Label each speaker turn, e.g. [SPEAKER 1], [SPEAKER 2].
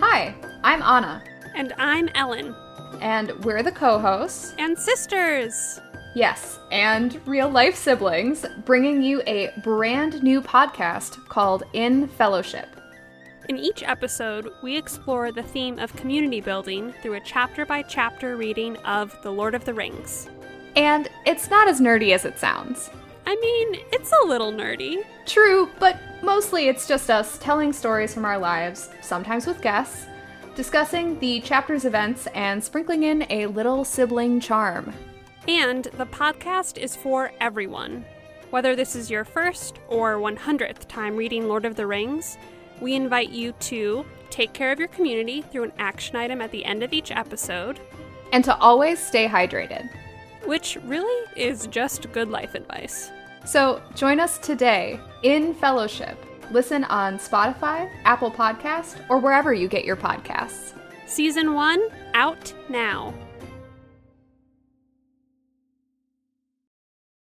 [SPEAKER 1] Hi, I'm Anna,
[SPEAKER 2] And I'm Ellen.
[SPEAKER 1] and we're the co hosts,
[SPEAKER 2] And sisters!
[SPEAKER 1] yes, and real life siblings, bringing you a brand new podcast called In Fellowship.
[SPEAKER 2] In each episode, we explore the theme of community building through a chapter by chapter reading of The Lord of the Rings.
[SPEAKER 1] And it's not as nerdy as it sounds.
[SPEAKER 2] I mean, it's a little nerdy.
[SPEAKER 1] True, but mostly it's just us telling stories from our lives, sometimes with guests, discussing the chapter's events, and sprinkling in a little sibling charm.
[SPEAKER 2] And the podcast is for everyone. Whether this is your first or 100th time reading Lord of the Rings, we invite you to take care of your community through an action item at the end of each episode,
[SPEAKER 1] And to always stay hydrated.
[SPEAKER 2] which really is just good life advice.
[SPEAKER 1] So join us today in fellowship. Listen on Spotify, Apple Podcast, or wherever you get your podcasts.
[SPEAKER 2] Season 1 out now.